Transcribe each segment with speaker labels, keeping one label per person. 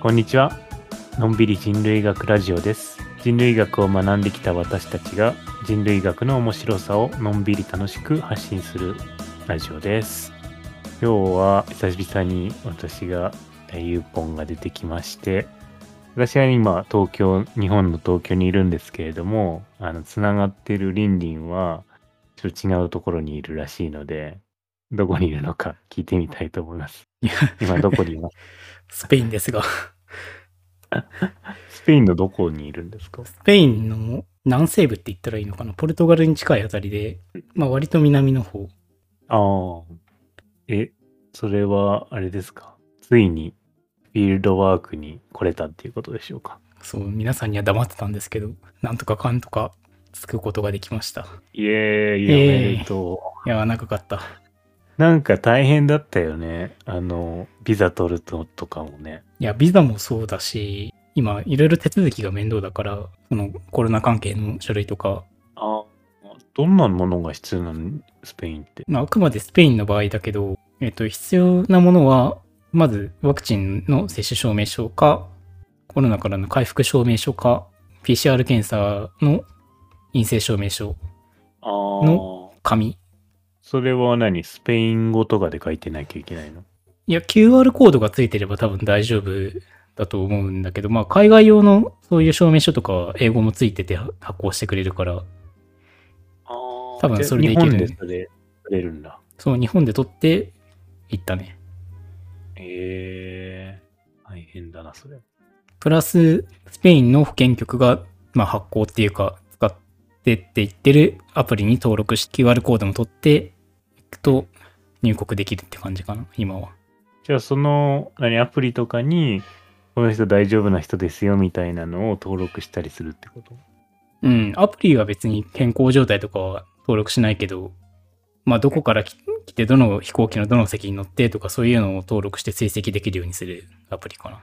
Speaker 1: こんにちは。のんびり人類学ラジオです。人類学を学んできた私たちが人類学の面白さをのんびり楽しく発信するラジオです。今日は久々に私がえーユーポンが出てきまして、私は今東京、日本の東京にいるんですけれども、あの、つながってるリンリンはちょっと違うところにいるらしいので、どこにいるのか聞いてみたいと思います。今どこにいます
Speaker 2: スペインですが、
Speaker 1: スペインのどこにいるんですか
Speaker 2: スペインの南西部って言ったらいいのかな、ポルトガルに近いあたりで、まあ割と南の方。
Speaker 1: ああ。え、それは、あれですかついに、フィールドワークに来れたっていうことでしょうか
Speaker 2: そう、皆さんには黙ってたんですけど、なんとかかんとか着くことができました。
Speaker 1: イエーイ、
Speaker 2: イエーイ
Speaker 1: おめでとう。
Speaker 2: いや、長かった。
Speaker 1: なんか大変だったよね。あの、ビザ取るととかもね。
Speaker 2: いや、ビザもそうだし、今、いろいろ手続きが面倒だから、そのコロナ関係の書類とか、
Speaker 1: ああ。どんなものが必要なのスペインって。
Speaker 2: まあ、あくまでスペインの場合だけど、えっと、必要なものは、まずワクチンの接種証明書か、コロナからの回復証明書か、PCR 検査の陰性証明書、
Speaker 1: ああ。
Speaker 2: 紙。
Speaker 1: それは何スペイン語とかで書いてなきゃいけないの
Speaker 2: いや、QR コードがついてれば多分大丈夫だと思うんだけど、まあ、海外用のそういう証明書とかは英語もついてて発行してくれるから、
Speaker 1: ああ。
Speaker 2: 多分それでいける
Speaker 1: 日本
Speaker 2: ね
Speaker 1: でそれ、取れるんだ。
Speaker 2: そう、日本で取って行ったね。
Speaker 1: ええ大変だな、それ。
Speaker 2: プラス、スペインの保健局が、まあ、発行っていうか、使ってって言ってるアプリに登録して、QR コードも取っていくと入国できるって感じかな、今は。
Speaker 1: じゃあ、その、何、アプリとかに、この人大丈夫な人ですよみたいなのを登録したりするってこと
Speaker 2: うん、アプリは別に健康状態とかは登録しないけど、まあ、どこからき来て、どの飛行機のどの席に乗ってとか、そういうのを登録して追跡できるようにするアプリかな。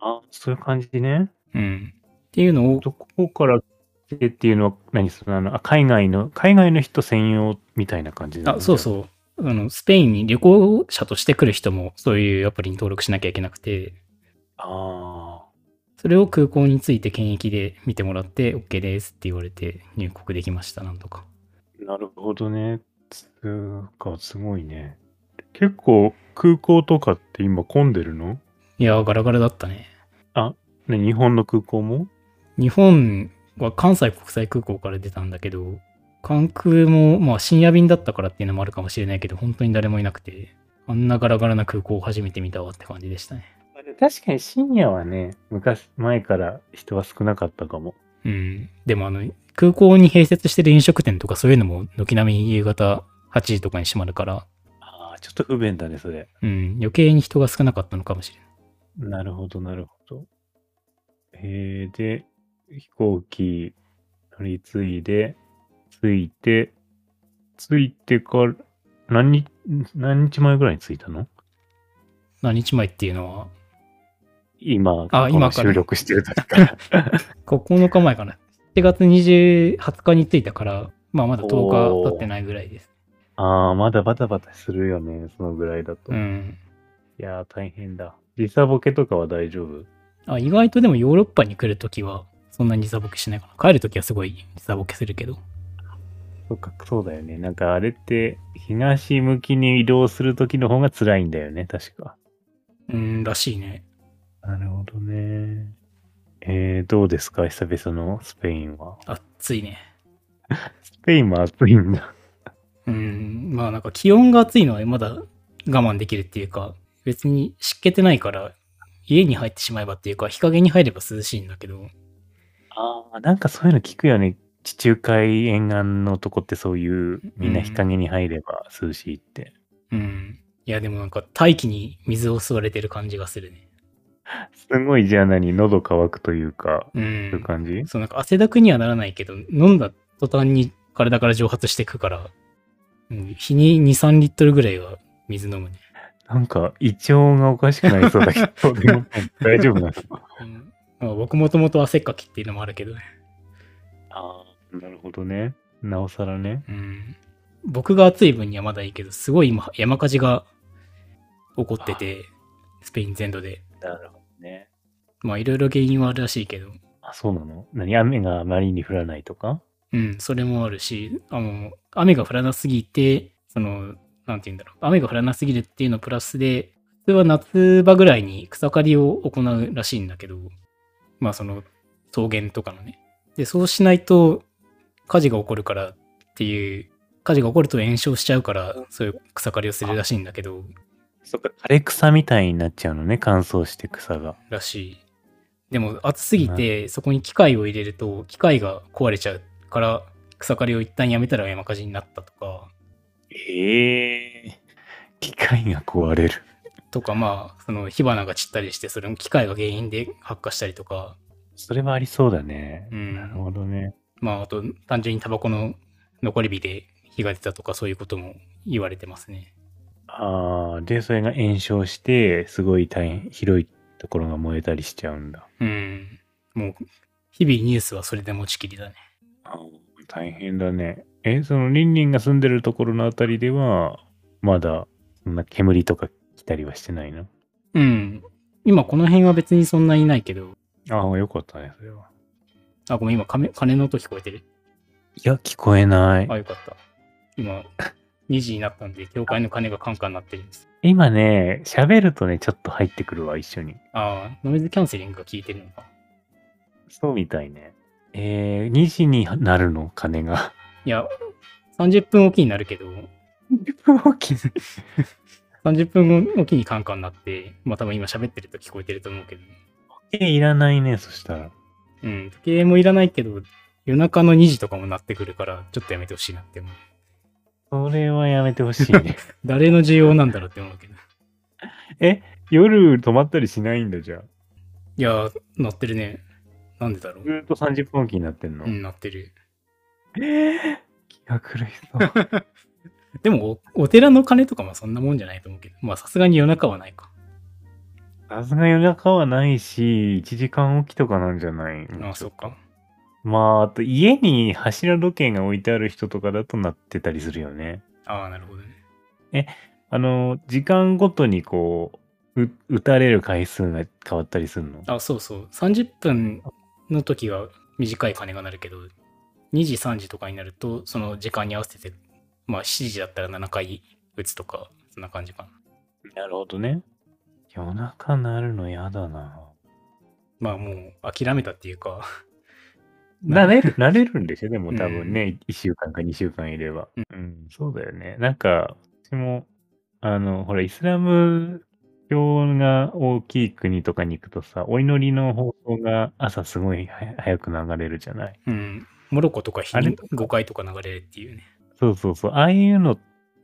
Speaker 1: あそういう感じね。
Speaker 2: うん。っていうのを、
Speaker 1: どこから来てっていうのは、何その、あの、あ海外の、海外の人専用みたいな感じなの
Speaker 2: あ、そうそう。あの、スペインに旅行者として来る人も、そういうアプリに登録しなきゃいけなくて、
Speaker 1: ああ。
Speaker 2: それを空港について検疫で見てもらって OK ですって言われて入国できましたなんとか
Speaker 1: なるほどね。つうか、すごいね。結構、空港とかって今混んでるの
Speaker 2: いやーガラガラだったね
Speaker 1: ね、日本の空港も
Speaker 2: 日本は関西国際空港から出たんだけど関空もまあ深夜便だったからっていうのもあるかもしれないけど本当に誰もいなくてあんなガラガラな空港を初めて見たわって感じでしたね
Speaker 1: まあでも確かに深夜はね、昔、前から人は少なかったかも。
Speaker 2: うんでもあの空港に併設してる飲食店とかそういうのも軒並み夕方8時とかに閉まるから
Speaker 1: ああ、ちょっと不便だね、それ。
Speaker 2: うん余計に人が少なかったのかもしれない
Speaker 1: なるほど、なるほど。えー、で、飛行機乗り継いで、着いて、着いてから、何日、何日前ぐらいに着いたの
Speaker 2: 何日前っていうのは
Speaker 1: 今、
Speaker 2: あ今
Speaker 1: こ
Speaker 2: か
Speaker 1: の収
Speaker 2: ら
Speaker 1: 録してる時から。
Speaker 2: 9日前かな。7月20 20日に着いたから、まあまだ10
Speaker 1: おー
Speaker 2: 日経ってないぐらいです。
Speaker 1: ああ、まだバタバタするよね、そのぐらいだと。
Speaker 2: う
Speaker 1: い
Speaker 2: ん。
Speaker 1: やー、大変だ。時差ボケとかは大丈夫
Speaker 2: あ意外とでもヨーロッパに来るときは、そんなに時差ボケしないかな。帰るときはすごい時差ボケするけど。
Speaker 1: そっか、そうだよね。なんかあれって、東向きに移動するときの方が辛いんだよね、確か。
Speaker 2: うん、らしいね。
Speaker 1: なるほどね。えー、どうですか久々のスペインは。
Speaker 2: 暑いね。
Speaker 1: スペインも暑いんだ。
Speaker 2: うん、まあなんか気温が暑いのはまだ我慢できるっていうか、別に湿気てないから、家に入ってしまえばっていうか、日陰に入れば涼しいんだけど、
Speaker 1: ああ、なんかそういうの聞くよね。地中海沿岸のとこってそういう、みんな日陰に入れば涼しいって。
Speaker 2: うん。いやでもなんか大気に水を吸われてる感じがするね。
Speaker 1: すごいじゃあ何喉乾くというか、
Speaker 2: う。
Speaker 1: そういうん感じ
Speaker 2: そうなんか汗だくにはならないけど、飲んだ途端に体から蒸発していくから、うん、日に2、3リットルぐらいは水飲むね。
Speaker 1: なんか胃腸がおかしくなりそうだけど、で も大丈夫なんですか
Speaker 2: うんまあ、僕もともと汗っかきっていうのもあるけどね。
Speaker 1: ああ、なるほどね。なおさらね。
Speaker 2: うん、僕が暑い分にはまだいいけど、すごい今山火事が起こってて、スペイン全土で。
Speaker 1: なるほね。
Speaker 2: まあいろいろ原因はあるらしいけど、
Speaker 1: あ、そうなの何雨があまりに降らないとか
Speaker 2: うん、それもあるし、あの、雨が降らなすぎて、その、なんて言うんだろう、雨が降らなすぎるっていうのプラスで、普通は夏場ぐらいに草刈りを行うらしいんだけど、まあその、草原とかのね。で、そうしないと火事が起こるからっていう、火事が起こると炎症しちゃうから、そういう草刈りをするらしいんだけど、
Speaker 1: そっか、枯れ草みたいになっちゃうのね、乾燥して草が。
Speaker 2: らしい。でも暑すぎて、そこに機械を入れると、機械が壊れちゃうから、草刈りを一旦やめたら山火事になったとか、
Speaker 1: ええ機械が壊れる。
Speaker 2: とかまあその火花が散ったりしてそれも機械が原因で発火したりとか、
Speaker 1: それはありそうだね。
Speaker 2: うん
Speaker 1: なるほどね。
Speaker 2: まあ、あと単純にタバコの残り火で火が出たとかそういうことも言われてますね。
Speaker 1: ああ、で、それが炎症して、すごい大変、広いところが燃えたりしちゃうんだ。
Speaker 2: うんもう日々ニュースはそれで持ちきりだね。
Speaker 1: あ大変だね。え、その、リンリンが住んでるところのあたりでは、まだ、そんな煙とか来たりはしてないの
Speaker 2: うん今この辺は別にそんなにないけど
Speaker 1: ああ、よかったね、それは。
Speaker 2: あごめん今鐘鐘の音聞こえてる
Speaker 1: いや、聞こえない。
Speaker 2: あよかった今 2時になったんで教会の鐘がカンカン鳴ってるんです
Speaker 1: 今ね、喋るとね、ちょっと入ってくるわ、一緒に。
Speaker 2: ああノイズキャンセリングが効いてるのか
Speaker 1: そうみたいね。えー、2時になるの鐘が。
Speaker 2: いや30分おきになるけど30分おきにカンカンになって、まあ多分今喋ってると聞こえてると思うけど、ね、
Speaker 1: え、いらないね、そしたら。
Speaker 2: うん、時計もいらないけど、夜中の2時とかも鳴ってくるから、ちょっとやめてほしいなって思
Speaker 1: そ
Speaker 2: う。
Speaker 1: れはやめてほしいね。
Speaker 2: 誰の需要なんだろうって思うけど。
Speaker 1: 夜泊まったりしないんだじゃあ。
Speaker 2: いやー、鳴ってるね。なんでだろ
Speaker 1: ず
Speaker 2: う。
Speaker 1: ーっと30分おきになってんの。
Speaker 2: うん、鳴ってる。
Speaker 1: 気が狂いそう。
Speaker 2: でもお、お寺の鐘とかもそんなもんじゃないと思うけど、まあさすがに夜中はないか。
Speaker 1: さすが夜中はないし、1時間おきとかなんじゃない
Speaker 2: ああ、そっか。
Speaker 1: まあ、あと家に柱時計が置いてある人とかだとなってたりするよね。
Speaker 2: ああ、なるほどね。
Speaker 1: あの、時間ごとにこう、う打たれる回数が変わったりするの。
Speaker 2: あそうそう。30分の時は短い鐘が鳴るけど、2時、3時とかになると、その時間に合わせて、まあ7時だったら7回打つとか、そんな感じかな。
Speaker 1: なるほどね。夜中なるの嫌だな。
Speaker 2: まあもう諦めたっていうか、
Speaker 1: なれる、なれるんでしょでも多分
Speaker 2: う
Speaker 1: ね、1週間か2週間いれば。
Speaker 2: うん
Speaker 1: うん、そうだよね。なんか、私も、あの、ほら、イスラム教が大きい国とかに行くとさ、お祈りの放送が朝すごいは早く流れるじゃない
Speaker 2: うん、モロコとか日
Speaker 1: あれ
Speaker 2: に5回とか流れるっていうね。
Speaker 1: そうそうそう。ああいうの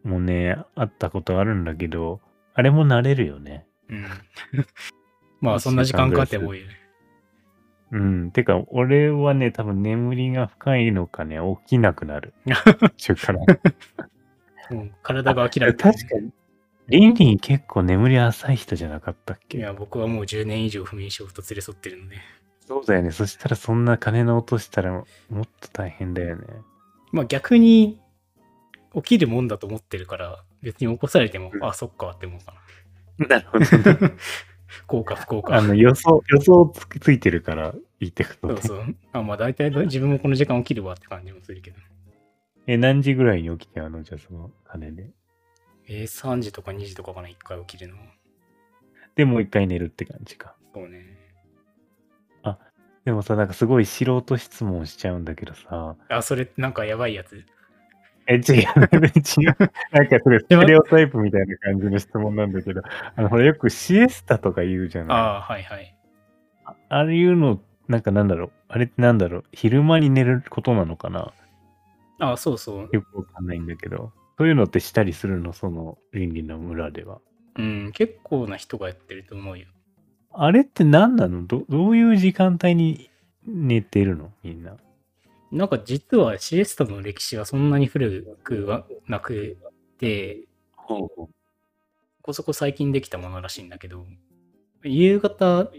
Speaker 1: もね、あったことあるんだけど、あれも慣れるよね。
Speaker 2: うん。 まあそんな時間かかっても多いよね。
Speaker 1: うん。てか、俺はね、多分眠りが深いのかね、起きなくな る。中から。
Speaker 2: もう体が諦めて、
Speaker 1: 確かに。リンリン結構眠り浅い人じゃなかったっ
Speaker 2: い
Speaker 1: け
Speaker 2: や、僕はもう10年以上不眠症と連れ添ってるので。
Speaker 1: そうだよね。そしたらそんな金の落としたらもっと大変だよね。
Speaker 2: まあ逆に起きるもんだと思ってるから、別に起こされても、
Speaker 1: うん
Speaker 2: あ、そっかって思うかな。
Speaker 1: なるほど、
Speaker 2: 効果不効 果
Speaker 1: あ。の、予想、予想つついてるからいいってこと
Speaker 2: そ
Speaker 1: ね
Speaker 2: うそう。あまあ大体自分もこの時間起きるわって感じもするけど。
Speaker 1: え、何時ぐらいに起きてあの、じゃあその金で。
Speaker 2: えー、3時とか2時とかかな、1回起きるの。
Speaker 1: で、もう一回寝るって感じか。
Speaker 2: そうね。
Speaker 1: でもさ、なんかすごい素人質問しちゃうんだけどさ。
Speaker 2: あ、それなんかやばいやつ。
Speaker 1: え、違う、違う。なんかそれ、ステレオタイプみたいな感じの質問なんだけど、あの、ほら、よくシエスタとか言うじゃない。
Speaker 2: ああ、はいはい。
Speaker 1: ああいうの、なんかなんだろう。あれってなんだろう。昼間に寝ることなのかな
Speaker 2: ああ、そうそう。
Speaker 1: よくわかんないんだけど。そういうのってしたりするのその倫理の村では。
Speaker 2: うん、結構な人がやってると思うよ。
Speaker 1: あれって何なのどどういう時間帯に寝てるのみんな。
Speaker 2: なんか実はシエスタの歴史はそんなに古くはなくて、
Speaker 1: ほう
Speaker 2: そこそこ最近できたものらしいんだけど、夕方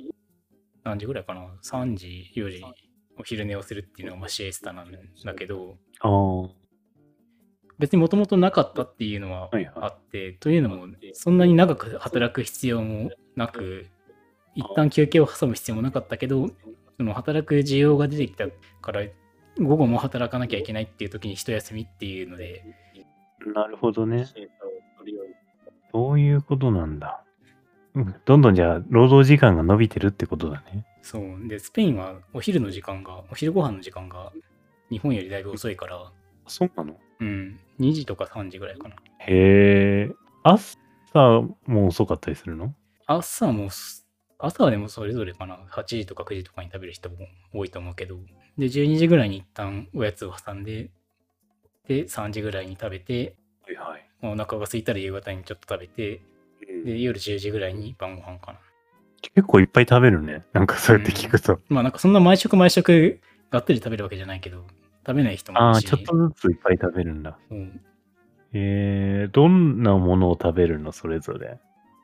Speaker 2: 何時ぐらいかな ?3 時、4時、お昼寝をするっていうのがまあシエスタなんだけど、
Speaker 1: あ
Speaker 2: 別にもともとなかったっていうのは
Speaker 1: はいはい
Speaker 2: あって、というのも、そんなに長く働く必要もなく、一旦休憩を挟む必要もなかったけど、その働く需要が出てきたから、午後も働かなきゃいけないっていう時に一休みっていうので、
Speaker 1: なるほどね。そういうことなんだ。うんどんどんじゃあ、労働時間が伸びてるってことだね。
Speaker 2: そう。で、スペインはお昼の時間が、お昼ご飯の時間が日本よりだいぶ遅いから、
Speaker 1: そうなの
Speaker 2: うん、2時とか3時ぐらいかな。
Speaker 1: へえ。朝も遅かったりするの
Speaker 2: 朝もす、朝はでもそれぞれかな、8時とか9時とかに食べる人も多いと思うけど、で、12時ぐらいに一旦おやつを挟んで、で、3時ぐらいに食べて、
Speaker 1: はいはい。
Speaker 2: まあお腹が空いたら夕方にちょっと食べて、で、夜10時ぐらいに晩ご飯かな。
Speaker 1: 結構いっぱい食べるね。なんかそうやって聞くと。
Speaker 2: まあなんかそんな毎食毎食がっつり食べるわけじゃないけど、食べない人もい
Speaker 1: あ
Speaker 2: る
Speaker 1: あ、
Speaker 2: し、
Speaker 1: ちょっとずついっぱい食べるんだ。
Speaker 2: うん
Speaker 1: えー、どんなものを食べるのそれぞれ。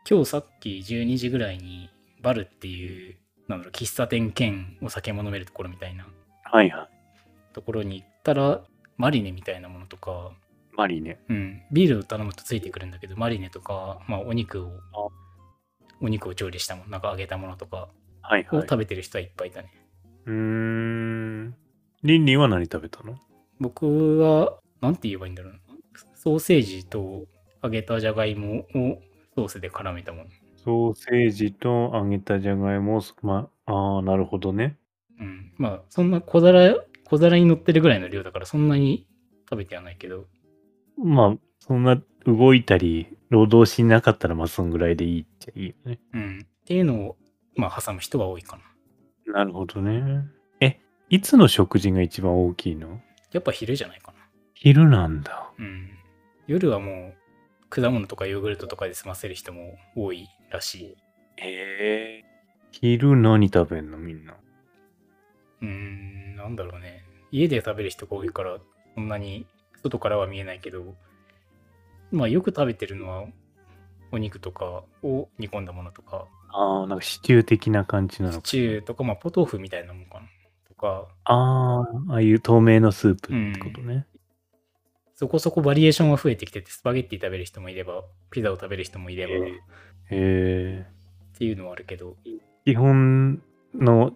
Speaker 2: 今日さっき12時ぐらいにバルっていう、なんだろう、喫茶店兼お酒も飲めるところみたいな
Speaker 1: はいはい。
Speaker 2: ところに行ったら、マリネみたいなものとか、
Speaker 1: マリネ。
Speaker 2: うん、ビールを頼むとついてくるんだけど、マリネとか、まあ、お肉を、お肉を調理したもの、なんか揚げたものとか
Speaker 1: はい
Speaker 2: を
Speaker 1: はい。
Speaker 2: 食べてる人はいっぱいいたね。
Speaker 1: うーん。リンリンは何食べたの
Speaker 2: 僕は、なんて言えばいいんだろうな。ソーセージと揚げたじゃがいもをソースで絡めたもの。
Speaker 1: ソーセージと揚げたじゃがいも、ま、ああ、なるほどね。
Speaker 2: うん。まあ、そんな小皿、小皿に乗ってるぐらいの量だから、そんなに食べてはないけど、
Speaker 1: まあ、そんな動いたり、労働しなかったら、まあ、そんぐらいでいいっちゃいいよね。
Speaker 2: うん。っていうのを、まあ、挟む人が多いかな。
Speaker 1: なるほどね。え、いつの食事が一番大きいの
Speaker 2: やっぱ昼じゃないか
Speaker 1: 昼なんだ。
Speaker 2: な。うん。夜はもう、果物とかヨーグルトとかで済ませる人も多いらし
Speaker 1: へえ。昼何食べんのみんな。
Speaker 2: い。うーん、なんだろうね。家で食べる人が多いから、そんなに外からは見えないけど、まあ、よく食べてるのは、お肉とかを煮込んだものとか、
Speaker 1: ああ、なんかシチュー的な感じなの
Speaker 2: シ
Speaker 1: か。
Speaker 2: チューとか、まあ、ポトフみたいなもんかな。とか、
Speaker 1: ああ、ああいう透明のスープってことね。
Speaker 2: そこそこバリエーションは増えてきてて、スパゲッティ食べる人もいれば、ピザを食べる人もいれば、
Speaker 1: えへえ。
Speaker 2: っていうのはあるけど、
Speaker 1: 基本の、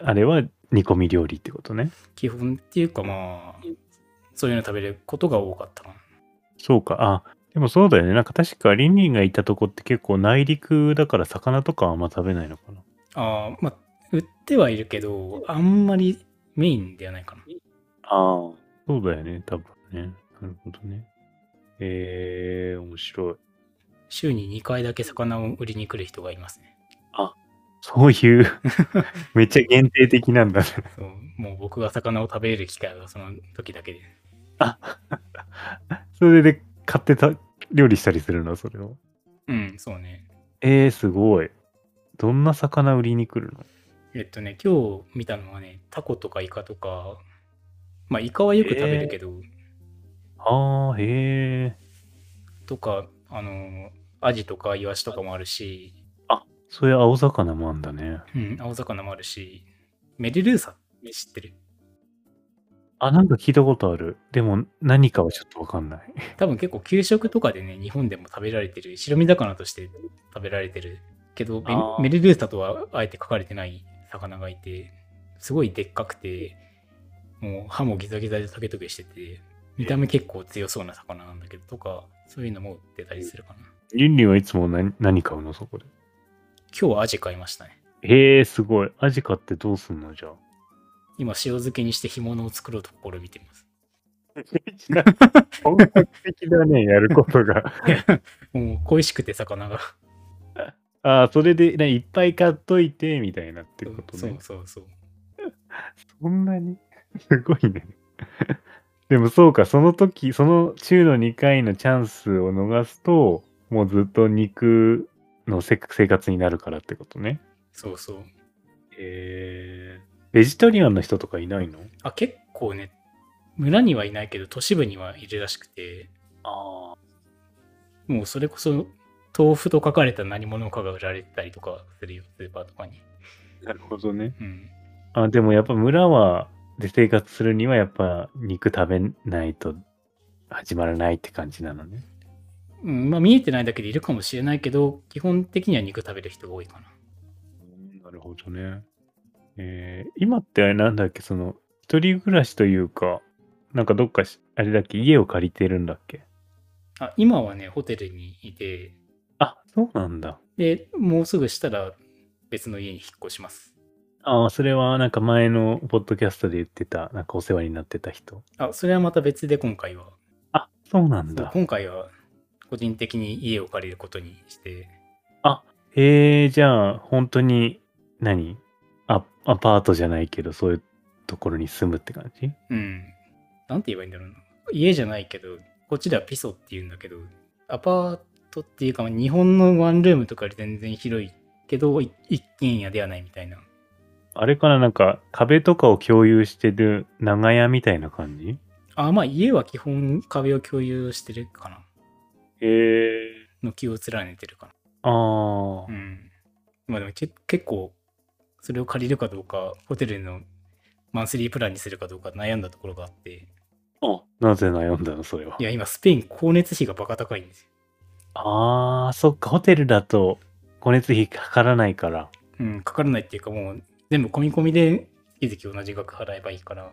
Speaker 1: あれは煮込み料理ってことね。
Speaker 2: 基本っていうかまあ、そういうの食べることが多かったかな。
Speaker 1: そうか。あ、でもそうだよね。なんか確かリンリンがいたとこって結構内陸だから魚とかはあんま食べないのかな。
Speaker 2: ああ、まあ、売ってはいるけど、あんまりメインではないかな。
Speaker 1: ああ。そうだよね。多分ね。なるほどね。えー、面白い。
Speaker 2: 週に2回だけ魚を売りに来る人がいますね。
Speaker 1: そういう、 めっちゃ限定的なんだね。
Speaker 2: そうもう僕が魚を食べる機会はその時だけで。
Speaker 1: それで買ってた、料理したりするのそれを。
Speaker 2: うん、そうね。
Speaker 1: えー、すごい。どんな魚売りに来るの
Speaker 2: えっとね、今日見たのはね、タコとかイカとか、まあ、イカはよく食べるけど、
Speaker 1: ああ、へえ。
Speaker 2: とか、あの、アジとかイワシとかもあるし、
Speaker 1: そういう青魚もあんだね。
Speaker 2: うん、青魚もあるし、メルルーサ知ってる
Speaker 1: あ、なんか聞いたことある。でも何かはちょっとわかんない。
Speaker 2: 多分結構給食とかでね日本でも食べられてる白身魚として食べられてるけどメ
Speaker 1: あー
Speaker 2: メルルーサとはあえて書かれてない魚がいてすごいでっかくてもう歯もギザギザでトゲトゲしてて見た目結構強そうな魚なんだけどとかそういうのも売ってたりするかな
Speaker 1: リンリンはいつも何何買うのそこで。
Speaker 2: 今日はアジ買いましたね
Speaker 1: へえ、すごい。アジカってどうすん のじゃあ。
Speaker 2: 今塩漬けにして干物を作ろうと試みてます
Speaker 1: 本格的だね、やることが。
Speaker 2: もう恋しくて魚が
Speaker 1: ああ、それで、ね、いっぱい買っといて、みたいなってこと
Speaker 2: そう
Speaker 1: ね。
Speaker 2: そうそう
Speaker 1: そんなに すごいね。 でもそうか、その時、その週の2回のチャンスを逃すと、もうずっと肉のせ生活になるからってことね。
Speaker 2: そうそう
Speaker 1: へえ。ベジタリアンの人とかいないの
Speaker 2: あ結構ね村にはいないけど都市部にはいるらしくて
Speaker 1: ああ。
Speaker 2: もうそれこそ豆腐と書かれた何者かが売られてたりとかするよスーパーとかに
Speaker 1: なるほどね。
Speaker 2: うん
Speaker 1: あ、でもやっぱ村は、で生活するにはやっぱ肉食べないと始まらないって感じなのね。
Speaker 2: うん、まあ見えてないだけでいるかもしれないけど基本的には肉食べる人が多いかな
Speaker 1: ほどね。えー今ってなんだっけ、その、一人暮らしというか、なんかどっかし、あれだっけ、家を借りてるんだっけ。
Speaker 2: あ今はねホテルにいて
Speaker 1: あ、そうなんだ。
Speaker 2: でもうすぐしたら別の家に引っ越します
Speaker 1: ああ、それはなんか前のポッドキャストで言ってた、なんかお世話になってた人。
Speaker 2: あそれはまた別で今回は
Speaker 1: あ、そうなんだ。
Speaker 2: 今回は個人的に家を借りることにして
Speaker 1: えー、じゃあ、本当に何、アアパートじゃないけど、そういうところに住むって感じ
Speaker 2: うんなんて言えばいいんだろうな家じゃないけどこっちではピソって言うんだけどアパートっていうかまあ日本のワンルームとかより全然広いけどい一軒家ではないみたいな
Speaker 1: あれからなんか壁とかを共有してる長屋みたいな感じ
Speaker 2: あまあ家は基本壁を共有してるかな
Speaker 1: へえ
Speaker 2: 軒を連ねてるかな
Speaker 1: ああ、
Speaker 2: うん。まあでもけ結構、それを借りるかどうか、ホテルのマンスリープランにするかどうか悩んだところがあって、
Speaker 1: あなぜ悩んだのそれはい
Speaker 2: や、今スペイン光熱費がバカ高いんですよ。
Speaker 1: ああそっかホテルだと光熱費かからないから
Speaker 2: うん、かからないっていうかもう、全部込み込みで月々同じ額払えばいいからっ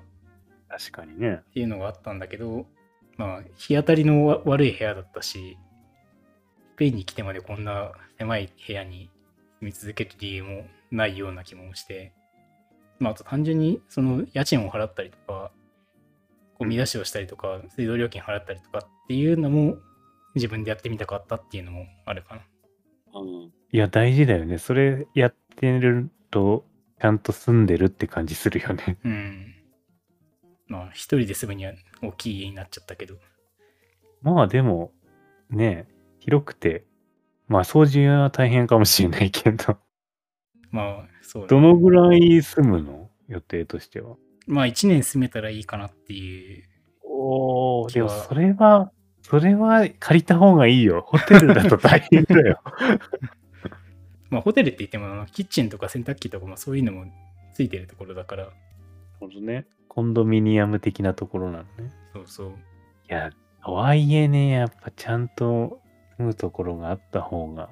Speaker 1: 確かにね
Speaker 2: ていうのがあったんだけど、まあ、日当たりのわ悪い部屋だったし、スペインに来てまでこんな狭い部屋に住み続ける理由もないような気もして、まあ、あと単純にその家賃を払ったりとか、ゴミ出しをしたりとか、水道料金払ったりとかっていうのも自分でやってみたかったっていうのもあるかな。
Speaker 1: いや大事だよねそれやってるとちゃんと住んでるって感じするよね
Speaker 2: うん。まあ、一人で住むには大きい家になっちゃったけど。
Speaker 1: まあでもね広くてまあ掃除は大変かもしれないけど
Speaker 2: まあ、そうだ
Speaker 1: どのぐらい住むの予定としては
Speaker 2: まあ、1年住めたらいいかなっていう。
Speaker 1: おお、
Speaker 2: 気
Speaker 1: で
Speaker 2: は
Speaker 1: もそれは、それは借りた方がいいよ。ホテルだと大変だよ。
Speaker 2: まあ、ホテルって言っても、あのキッチンとか洗濯機とかもそういうのもついてるところだから、
Speaker 1: ほどね。コンドミニアム的なところなのね。
Speaker 2: そうそう。
Speaker 1: いや、とはいえね、やっぱちゃんと住むところがあった方が、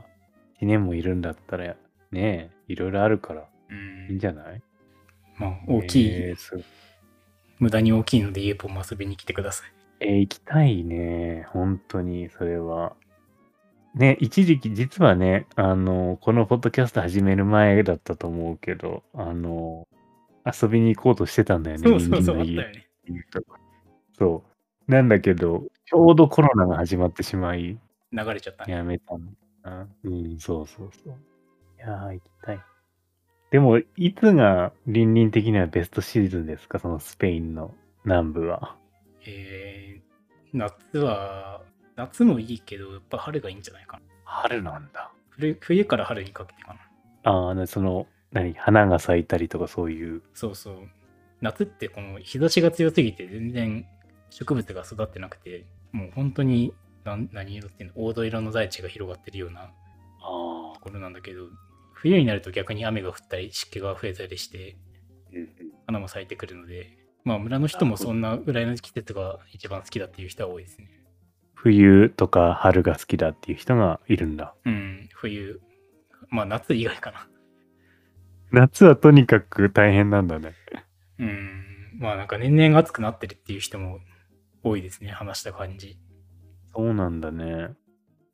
Speaker 1: 1年もいるんだったら、ねえ、いろいろあるから、
Speaker 2: う
Speaker 1: いいん
Speaker 2: ん。
Speaker 1: じゃない
Speaker 2: まあ、大きい、
Speaker 1: えーす
Speaker 2: 無駄に大きいので、ユーポも遊びに来てください。
Speaker 1: えー行きたいね。本当に、それは。ね、一時期、実はね、あの、このポッドキャスト始める前だったと思うけど、あの、遊びに行こうとしてたんだよね。
Speaker 2: そうそうそう、あ
Speaker 1: み
Speaker 2: っ
Speaker 1: ん
Speaker 2: た
Speaker 1: な
Speaker 2: よ
Speaker 1: の家
Speaker 2: ね。
Speaker 1: そう。なんだけど、ちょうどコロナが始まってしまい、
Speaker 2: 流れちゃったね。
Speaker 1: やめたのかな。うん、そうそうそう。いやー、行きたい。でも、いつが倫理的にはベストシーズンですかそのスペインの南部は。
Speaker 2: えー、夏は、夏もいいけど、やっぱ春がいいんじゃないかな。
Speaker 1: 春なんだ。
Speaker 2: 冬冬から春にかけてかな。
Speaker 1: ああ、なその、何花が咲いたりとかそういう。
Speaker 2: そうそう。夏ってこの日差しが強すぎて全然植物が育ってなくて、もう本当になん何色っていうの、黄土色の大地が広がってるような
Speaker 1: ああ
Speaker 2: と。ころなんだけど、冬になると逆に雨が降ったり湿気が増えたりして、花も咲いてくるので、まあ村の人もそんなぐらいの季節が一番好きだっていう人は多いですね。
Speaker 1: 冬とか春が好きだっていう人がいるんだ。
Speaker 2: うん、冬。まあ夏以外かな。
Speaker 1: 夏はとにかく大変なんだね。
Speaker 2: うん、まあなんか年々暑くなってるっていう人も多いですね、話した感じ。
Speaker 1: そうなんだね。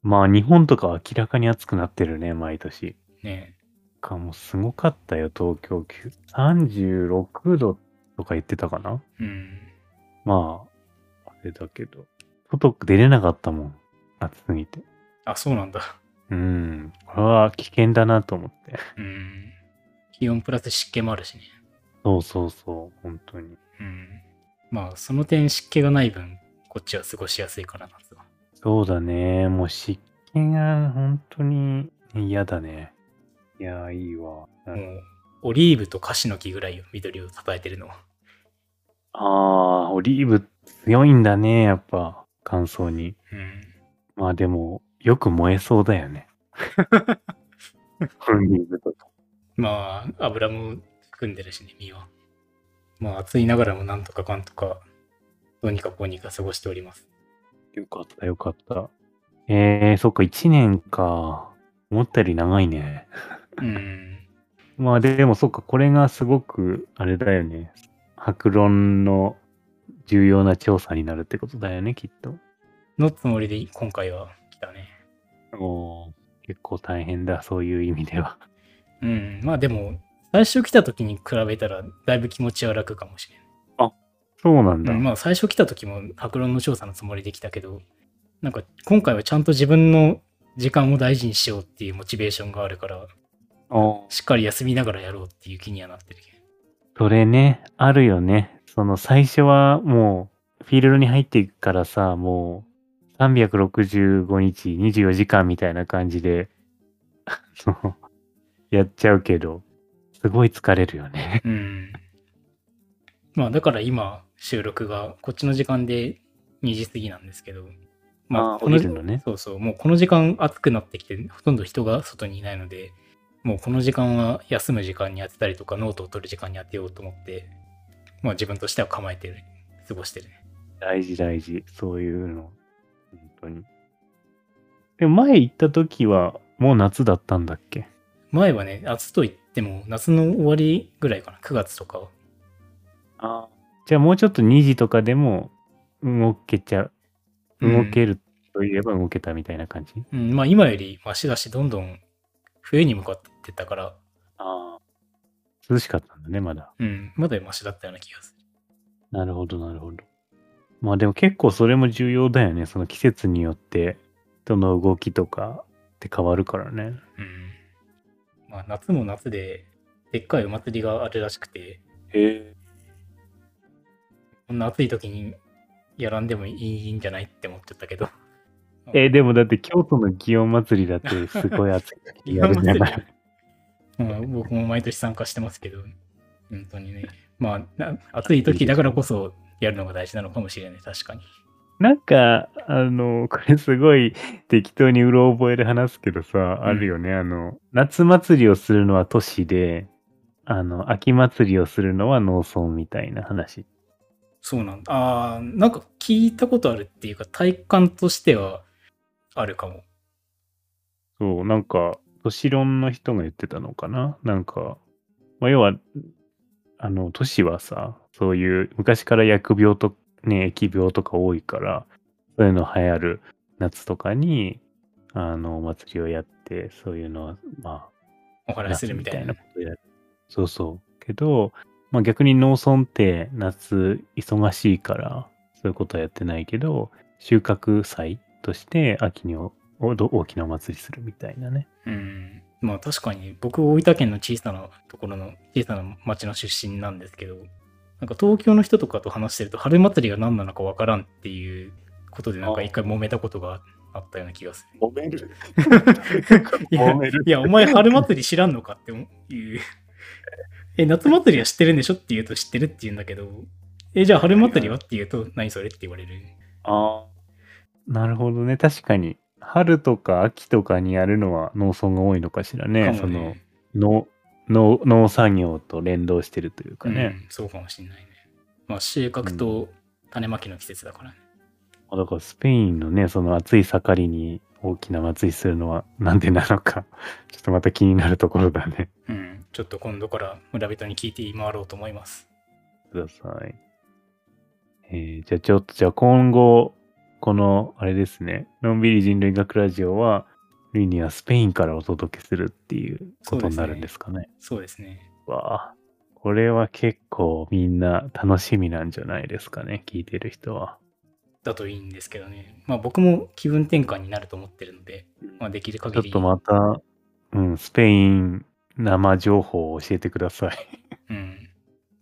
Speaker 1: まあ日本とか明らかに暑くなってるね、毎年。
Speaker 2: ね
Speaker 1: かもうすごかったよ、東京きゅ36度とか言ってたかな
Speaker 2: え。うん。
Speaker 1: まあ、あれだけど。外出れなかったもん。暑すぎて。
Speaker 2: あ、そうなんだ。
Speaker 1: うん。これは危険だなと思って。
Speaker 2: うん。気温プラス湿気もあるしね。
Speaker 1: そうそうそう、本当に。
Speaker 2: うん。まあ、その点湿気がない分、こっちは過ごしやすいからなと。
Speaker 1: そうだね、もう湿気が本当に嫌だね。いやー、いいわ。
Speaker 2: もう、オリーブとカシの木ぐらいよ、緑を叩いてるのは。
Speaker 1: あー、オリーブ強いんだね、やっぱ、乾燥に。
Speaker 2: うん。
Speaker 1: まあでも、よく燃えそうだよね。オリーブとか。
Speaker 2: まあ、油も含んでるしね、身は。まあ、暑いながらもなんとかかんとか、どうにかこうにか過ごしております。
Speaker 1: よかった、よかった。えー、そっか、1年か。思ったより長いね。
Speaker 2: うん。
Speaker 1: まあでもそっか、これがすごく、あれだよね。白論の重要な調査になるってことだよね、きっと。
Speaker 2: のつもりで今回は来たね。
Speaker 1: おー結構大変だ、そういう意味では。
Speaker 2: うん。まあでも、最初来た時に比べたら、だいぶ気持ちは楽かもしれない。
Speaker 1: そうなんだ。
Speaker 2: うんまあ最初来た時も白論の調査のつもりで来たけど、なんか今回はちゃんと自分の時間を大事にしようっていうモチベーションがあるから、
Speaker 1: おー
Speaker 2: しっかり休みながらやろうっていう気にはなってるけど。
Speaker 1: それね、あるよね。その最初はもう、フィールドに入っていくからさ、もう、365日、24時間みたいな感じで、 そのやっちゃうけど、すごい疲れるよね。
Speaker 2: うん。まあだから今収録がこっちの時間で2時過ぎなんですけど、ま
Speaker 1: あ
Speaker 2: あ
Speaker 1: ー
Speaker 2: この
Speaker 1: お昼のね
Speaker 2: そうそう、もうこの時間暑くなってきて、ほとんど人が外にいないので、もうこの時間は休む時間に当てたりとか、ノートを取る時間に当てようと思って、まあ自分としては構えてる、過ごしてるね。
Speaker 1: 大事大事、そういうの。本当に。でも前行った時は、もう夏だったんだっけ
Speaker 2: 前はね、夏といっても夏の終わりぐらいかな、9月とかは。
Speaker 1: あじゃあもうちょっと2時とかでも動けちゃう。動けるといえば動けたみたいな感じ、
Speaker 2: うん、まあ今よりマシだし、どんどん冬に向かってってたから、
Speaker 1: ああ。涼しかったんだね、まだ。
Speaker 2: うん、まだマシだったような気がする。
Speaker 1: なるほど、なるほど。まあでも結構それも重要だよね。その季節によって人の動きとかって変わるからね。
Speaker 2: うん。まあ夏も夏で、でっかいお祭りがあるらしくて、
Speaker 1: へえ。
Speaker 2: こんな暑い時にやらんでもいいんじゃないって思っちゃったけど。
Speaker 1: えーでもだって京都の祇園祭りだってすごい暑い時やるじゃない。
Speaker 2: まあ僕も毎年参加してますけど、本当にね。まあな暑い時だからこそやるのが大事なのかもしれない、確かに。
Speaker 1: なんか、あの、これすごい適当にうろ覚えで話すけどさ、あるよね。あの、夏祭りをするのは都市で、あの、秋祭りをするのは農村みたいな話。
Speaker 2: そうなんだ。ああ、なんか聞いたことあるっていうか、体感としてはあるかも。
Speaker 1: そう、なんか、都市論の人が言ってたのかななんか、まあ、要は、あの、都市はさ、そういう昔から疫病と、ね、疫病とか多いから、そういうの流行る夏とかに、あの、お祭りをやって、そういうのは、まあ、
Speaker 2: お話しするみたいな。
Speaker 1: ことやるそうそう。けど、まあ、逆に農村って夏忙しいから、そういうことはやってないけど、収穫祭として秋におおど大きなお祭りするみたいなね。
Speaker 2: うん。まあ確かに僕大分県の小さなところの小さな町の出身なんですけど、なんか東京の人とかと話してると春祭りが何なのかわからんっていうことでなんか一回揉めたことがあったような気が する。
Speaker 1: 揉める
Speaker 2: いや、いやお前春祭り知らんのかって思ういう。え、夏祭りは知ってるんでしょって言うと知ってるって言うんだけど、え、じゃあ春祭りはって言うと何それって言われる。
Speaker 1: あーなるほどね。確かに。春とか秋とかにやるのは農村が多いのかしらね。
Speaker 2: か
Speaker 1: そ
Speaker 2: も
Speaker 1: の
Speaker 2: ね
Speaker 1: 農農農作業と連動してるというかね。
Speaker 2: うん、そうかもしんないね。まあ収穫と種まきの季節だからね。
Speaker 1: あだからスペインのね、その暑い盛りに大きな祭りするのはなんでなのか、 ちょっとまた気になるところだね。
Speaker 2: うん、ちょっと今度から村人に聞いて回ろうと思います。
Speaker 1: ください。えーじゃあちょっと、じゃあ今後、この、あれですね、のんびり人類学ラジオは、ルイにはスペインからお届けするっていうことになるんですかね。
Speaker 2: そうですね。
Speaker 1: わあ、これは結構みんな楽しみなんじゃないですかね、聞いてる人は。
Speaker 2: だといいんですけどね。まあ僕も気分転換になると思ってるので、まあできる
Speaker 1: ちょ
Speaker 2: 限
Speaker 1: っ
Speaker 2: り。
Speaker 1: とまた、うん、スペイン生情報を教えてください。
Speaker 2: うん。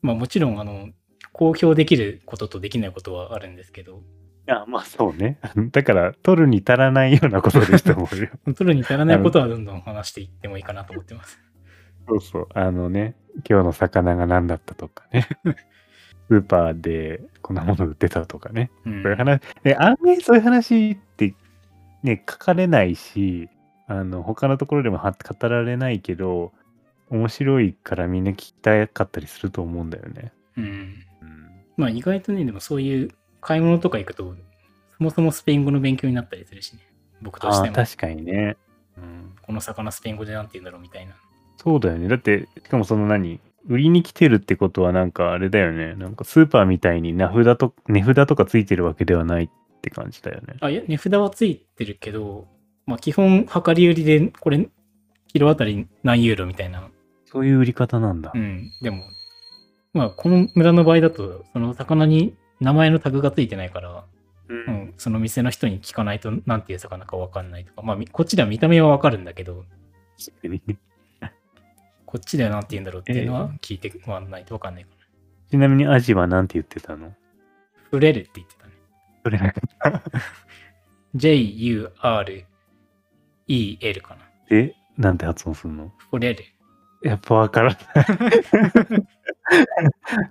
Speaker 2: まあもちろん、あの、公表できることとできないことはあるんですけど、
Speaker 1: あまあそうね。 だから、取るに足らないようなことですと思 うよ。
Speaker 2: 取るに足らないことはどんどん話していってもいいかなと思っ てます。
Speaker 1: そうそう。あのね、今日の魚が何だったとか ね。スーパーでこんなもの売ってたとかね。
Speaker 2: うん
Speaker 1: そういう話、で案外そういう話ってね、書かれないし、あの、他のところでもは語られないけど、面白いからみんな聞きたかったりすると思うんだよね。
Speaker 2: うん。
Speaker 1: うん
Speaker 2: まあ意外とね、でもそういう買い物とか行くと、そもそもスペイン語の勉強になったりするしね。僕と
Speaker 1: あ
Speaker 2: し
Speaker 1: あ
Speaker 2: て
Speaker 1: ー
Speaker 2: も、
Speaker 1: 確かにね。
Speaker 2: うん、この魚スペイン語でなんて言うんだろうみたいな。
Speaker 1: そうだよね。だって、しかもその何売りに来てるってことはなんかあれだよね。なんかスーパーみたいに名札と、値札とかついてるわけではないって感じだよね。
Speaker 2: あ、いや、値札はついてるけど、まあ、基本、量り売りで、これ、キロあたり何ユーロみたいな。
Speaker 1: そういう売り方なんだ。
Speaker 2: うん。でも、まあ、この村の場合だと、その魚に名前のタグがついてないから、
Speaker 1: うん
Speaker 2: うん、その店の人に聞かないと、なんていう魚かわかんないとか、まあ、みこっちでは見た目はわかるんだけど、こっちではなんて言うんだろうっていうのは聞いてもらわないとわかんないから。
Speaker 1: ちなみにアジはなんて言ってたの
Speaker 2: 触れるって言ってたね。
Speaker 1: それなんか
Speaker 2: J-U-R-E-L かな。
Speaker 1: で、なんて発音するの
Speaker 2: 触れる。
Speaker 1: やっぱわから ない。ちょっ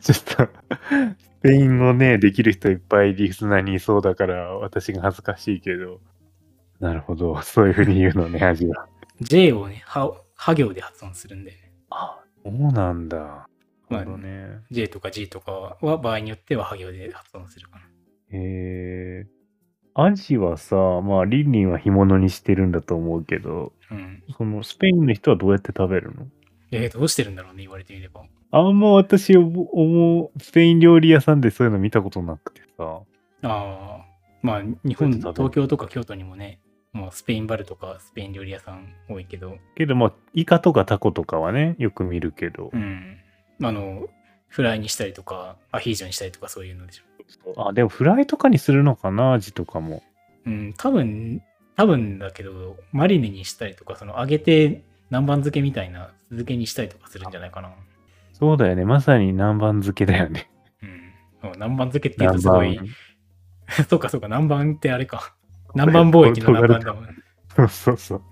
Speaker 1: と、スペイン語ね、できる人いっぱいリスナーにいそうだから、私が恥ずかしいけど。なるほど。そういうふうに言うのね、アジは。
Speaker 2: J をね、は、は行で発音するんで、
Speaker 1: あ、そうなんだ。な
Speaker 2: まあ
Speaker 1: るほどね。
Speaker 2: J とか G とかは場合によってはは行で発音するかな。
Speaker 1: へえ。アジはさ、まあ、リンリンは干物にしてるんだと思うけど、
Speaker 2: うん。
Speaker 1: そのスペインの人はどうやって食べるの
Speaker 2: えー、どうしてるんだろうね、言われてみれば。
Speaker 1: あんま私思思う、スペイン料理屋さんでそういうの見たことなくてさ。
Speaker 2: ああ、まあ、日
Speaker 1: どうやって食べる
Speaker 2: 本、東京とか京都にもね、まあ、スペインバルとかスペイン料理屋さん多いけど、
Speaker 1: けどまあ、イカとかタコとかはね、よく見るけど
Speaker 2: う。ん。あの、フライにしたりとか、アヒージョにしたりとかそういうのでしょ。
Speaker 1: あ、でもフライとかにするのかな、アジとかも。
Speaker 2: うん、多分、多分だけど、マリネにしたりとか、その揚げて南蛮漬けみたいな漬けにしたりとかするんじゃないかな。
Speaker 1: そうだよね、まさに南蛮漬けだよね。
Speaker 2: うん。南蛮漬けって言う
Speaker 1: 南
Speaker 2: とすごい、
Speaker 1: 蛮。
Speaker 2: そうかそうか、南蛮ってあれか。南蛮貿易の南蛮だもん。
Speaker 1: そうそうそう。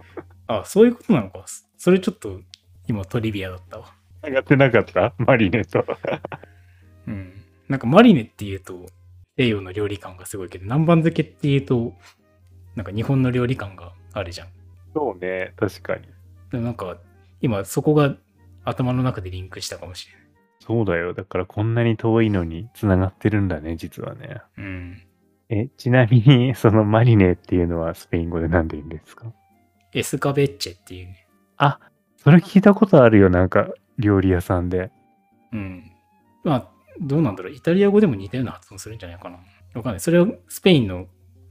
Speaker 2: あ、そういうことなのか。そそれちょっと今トリビアだったわ。
Speaker 1: 上がってなかったマリネと。
Speaker 2: うん。なんかマリネっていうと西洋の料理感がすごいけど、南蛮漬けっていうとなんか日本の料理感があるじゃん。
Speaker 1: そうね、確かに。
Speaker 2: でもなんか今そこが頭の中でリンクしたかもし
Speaker 1: そうだよ。だからこんなに遠いのに繋がってるんだね、実はね。
Speaker 2: れない。うん。
Speaker 1: え、ちなみに、 そのマリネっていうのはスペイン語で何て言うんですか
Speaker 2: エスカベッチェっていうね。
Speaker 1: あ、それ聞いたことあるよ、なんか、料理屋さんで。
Speaker 2: うん。まあ、どうなんだろう。イタリア語でも似たような発音するんじゃないかな。わかんない。それをスペインの、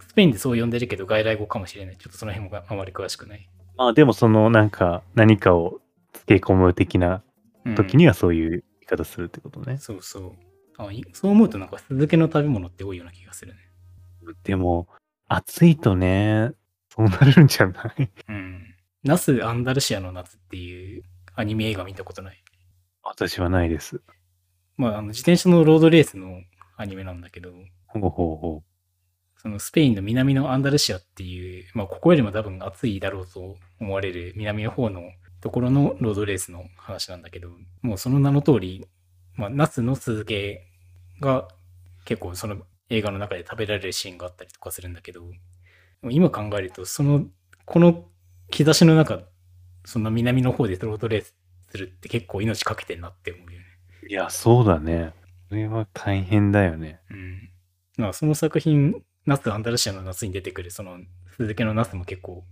Speaker 2: スペインでそう呼んでるけど外来語かもしれない。ちょっとその辺もがあまり詳しくない。
Speaker 1: まあでもその、なんか、何かを漬け込む的な
Speaker 2: うん
Speaker 1: 時にはそういう言い方するってことね。
Speaker 2: そうそう。あいそう思うとなんか酢漬けの食べ物って多いような気がするね。
Speaker 1: でも、暑いとね、そうなるんじゃない
Speaker 2: うん。ナス・アンダルシアの夏っていうアニメ映画見たことない。
Speaker 1: 私はないです。
Speaker 2: まあ、あの自転車のロードレースのアニメなんだけど、
Speaker 1: ほうほうほ
Speaker 2: そのスペインの南のアンダルシアっていう、まあ、ここよりも多分暑いだろうと思われる南の方のところのロードレースの話なんだけど、もうその名の通り、まあ、ナスの酢漬けが結構その映画の中で食べられるシーンがあったりとかするんだけど、今考えると、その、この日差しの中、そんな南の方でロードレースするって結構命かけてんなって思うよね。
Speaker 1: う。いや、そうだね。これは大変だよね。
Speaker 2: うん。まあ、その作品、ナス、アンダルシアの夏に出てくる、その、鈴木のナスも結構、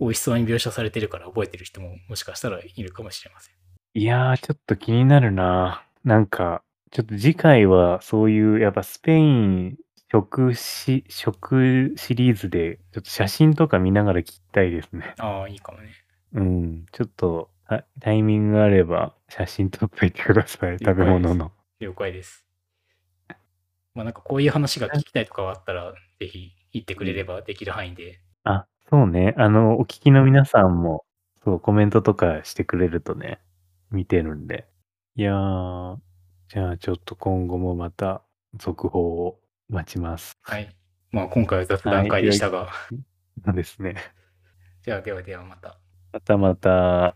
Speaker 2: 美味しそうに描写されてるから覚えてる人ももしかしたらいるかもしれません。
Speaker 1: いやー、ちょっと気になるな。なんか、ちょっと次回はそういう、やっぱスペイン食し、食シリーズで、ちょっと写真とか見ながら聞きたいですね。
Speaker 2: ああ、いいかもね。
Speaker 1: うん。ちょっと、タタイミングがあれば、写真撮っといてください。食べ物の。
Speaker 2: 了解です。まあ、なんかこういう話が聞きたいとかはあったら、ぜひ言ってくれればできる範囲で。
Speaker 1: あ、そうね。あの、お聞きの皆さんも、そう、コメントとかしてくれるとね、見てるんで。いやー、じゃあちょっと今後もまた続報を待ちます。
Speaker 2: はい。まあ、今回は雑談会でしたが、
Speaker 1: そうですね。
Speaker 2: じゃあ、ではではまた。
Speaker 1: またまた。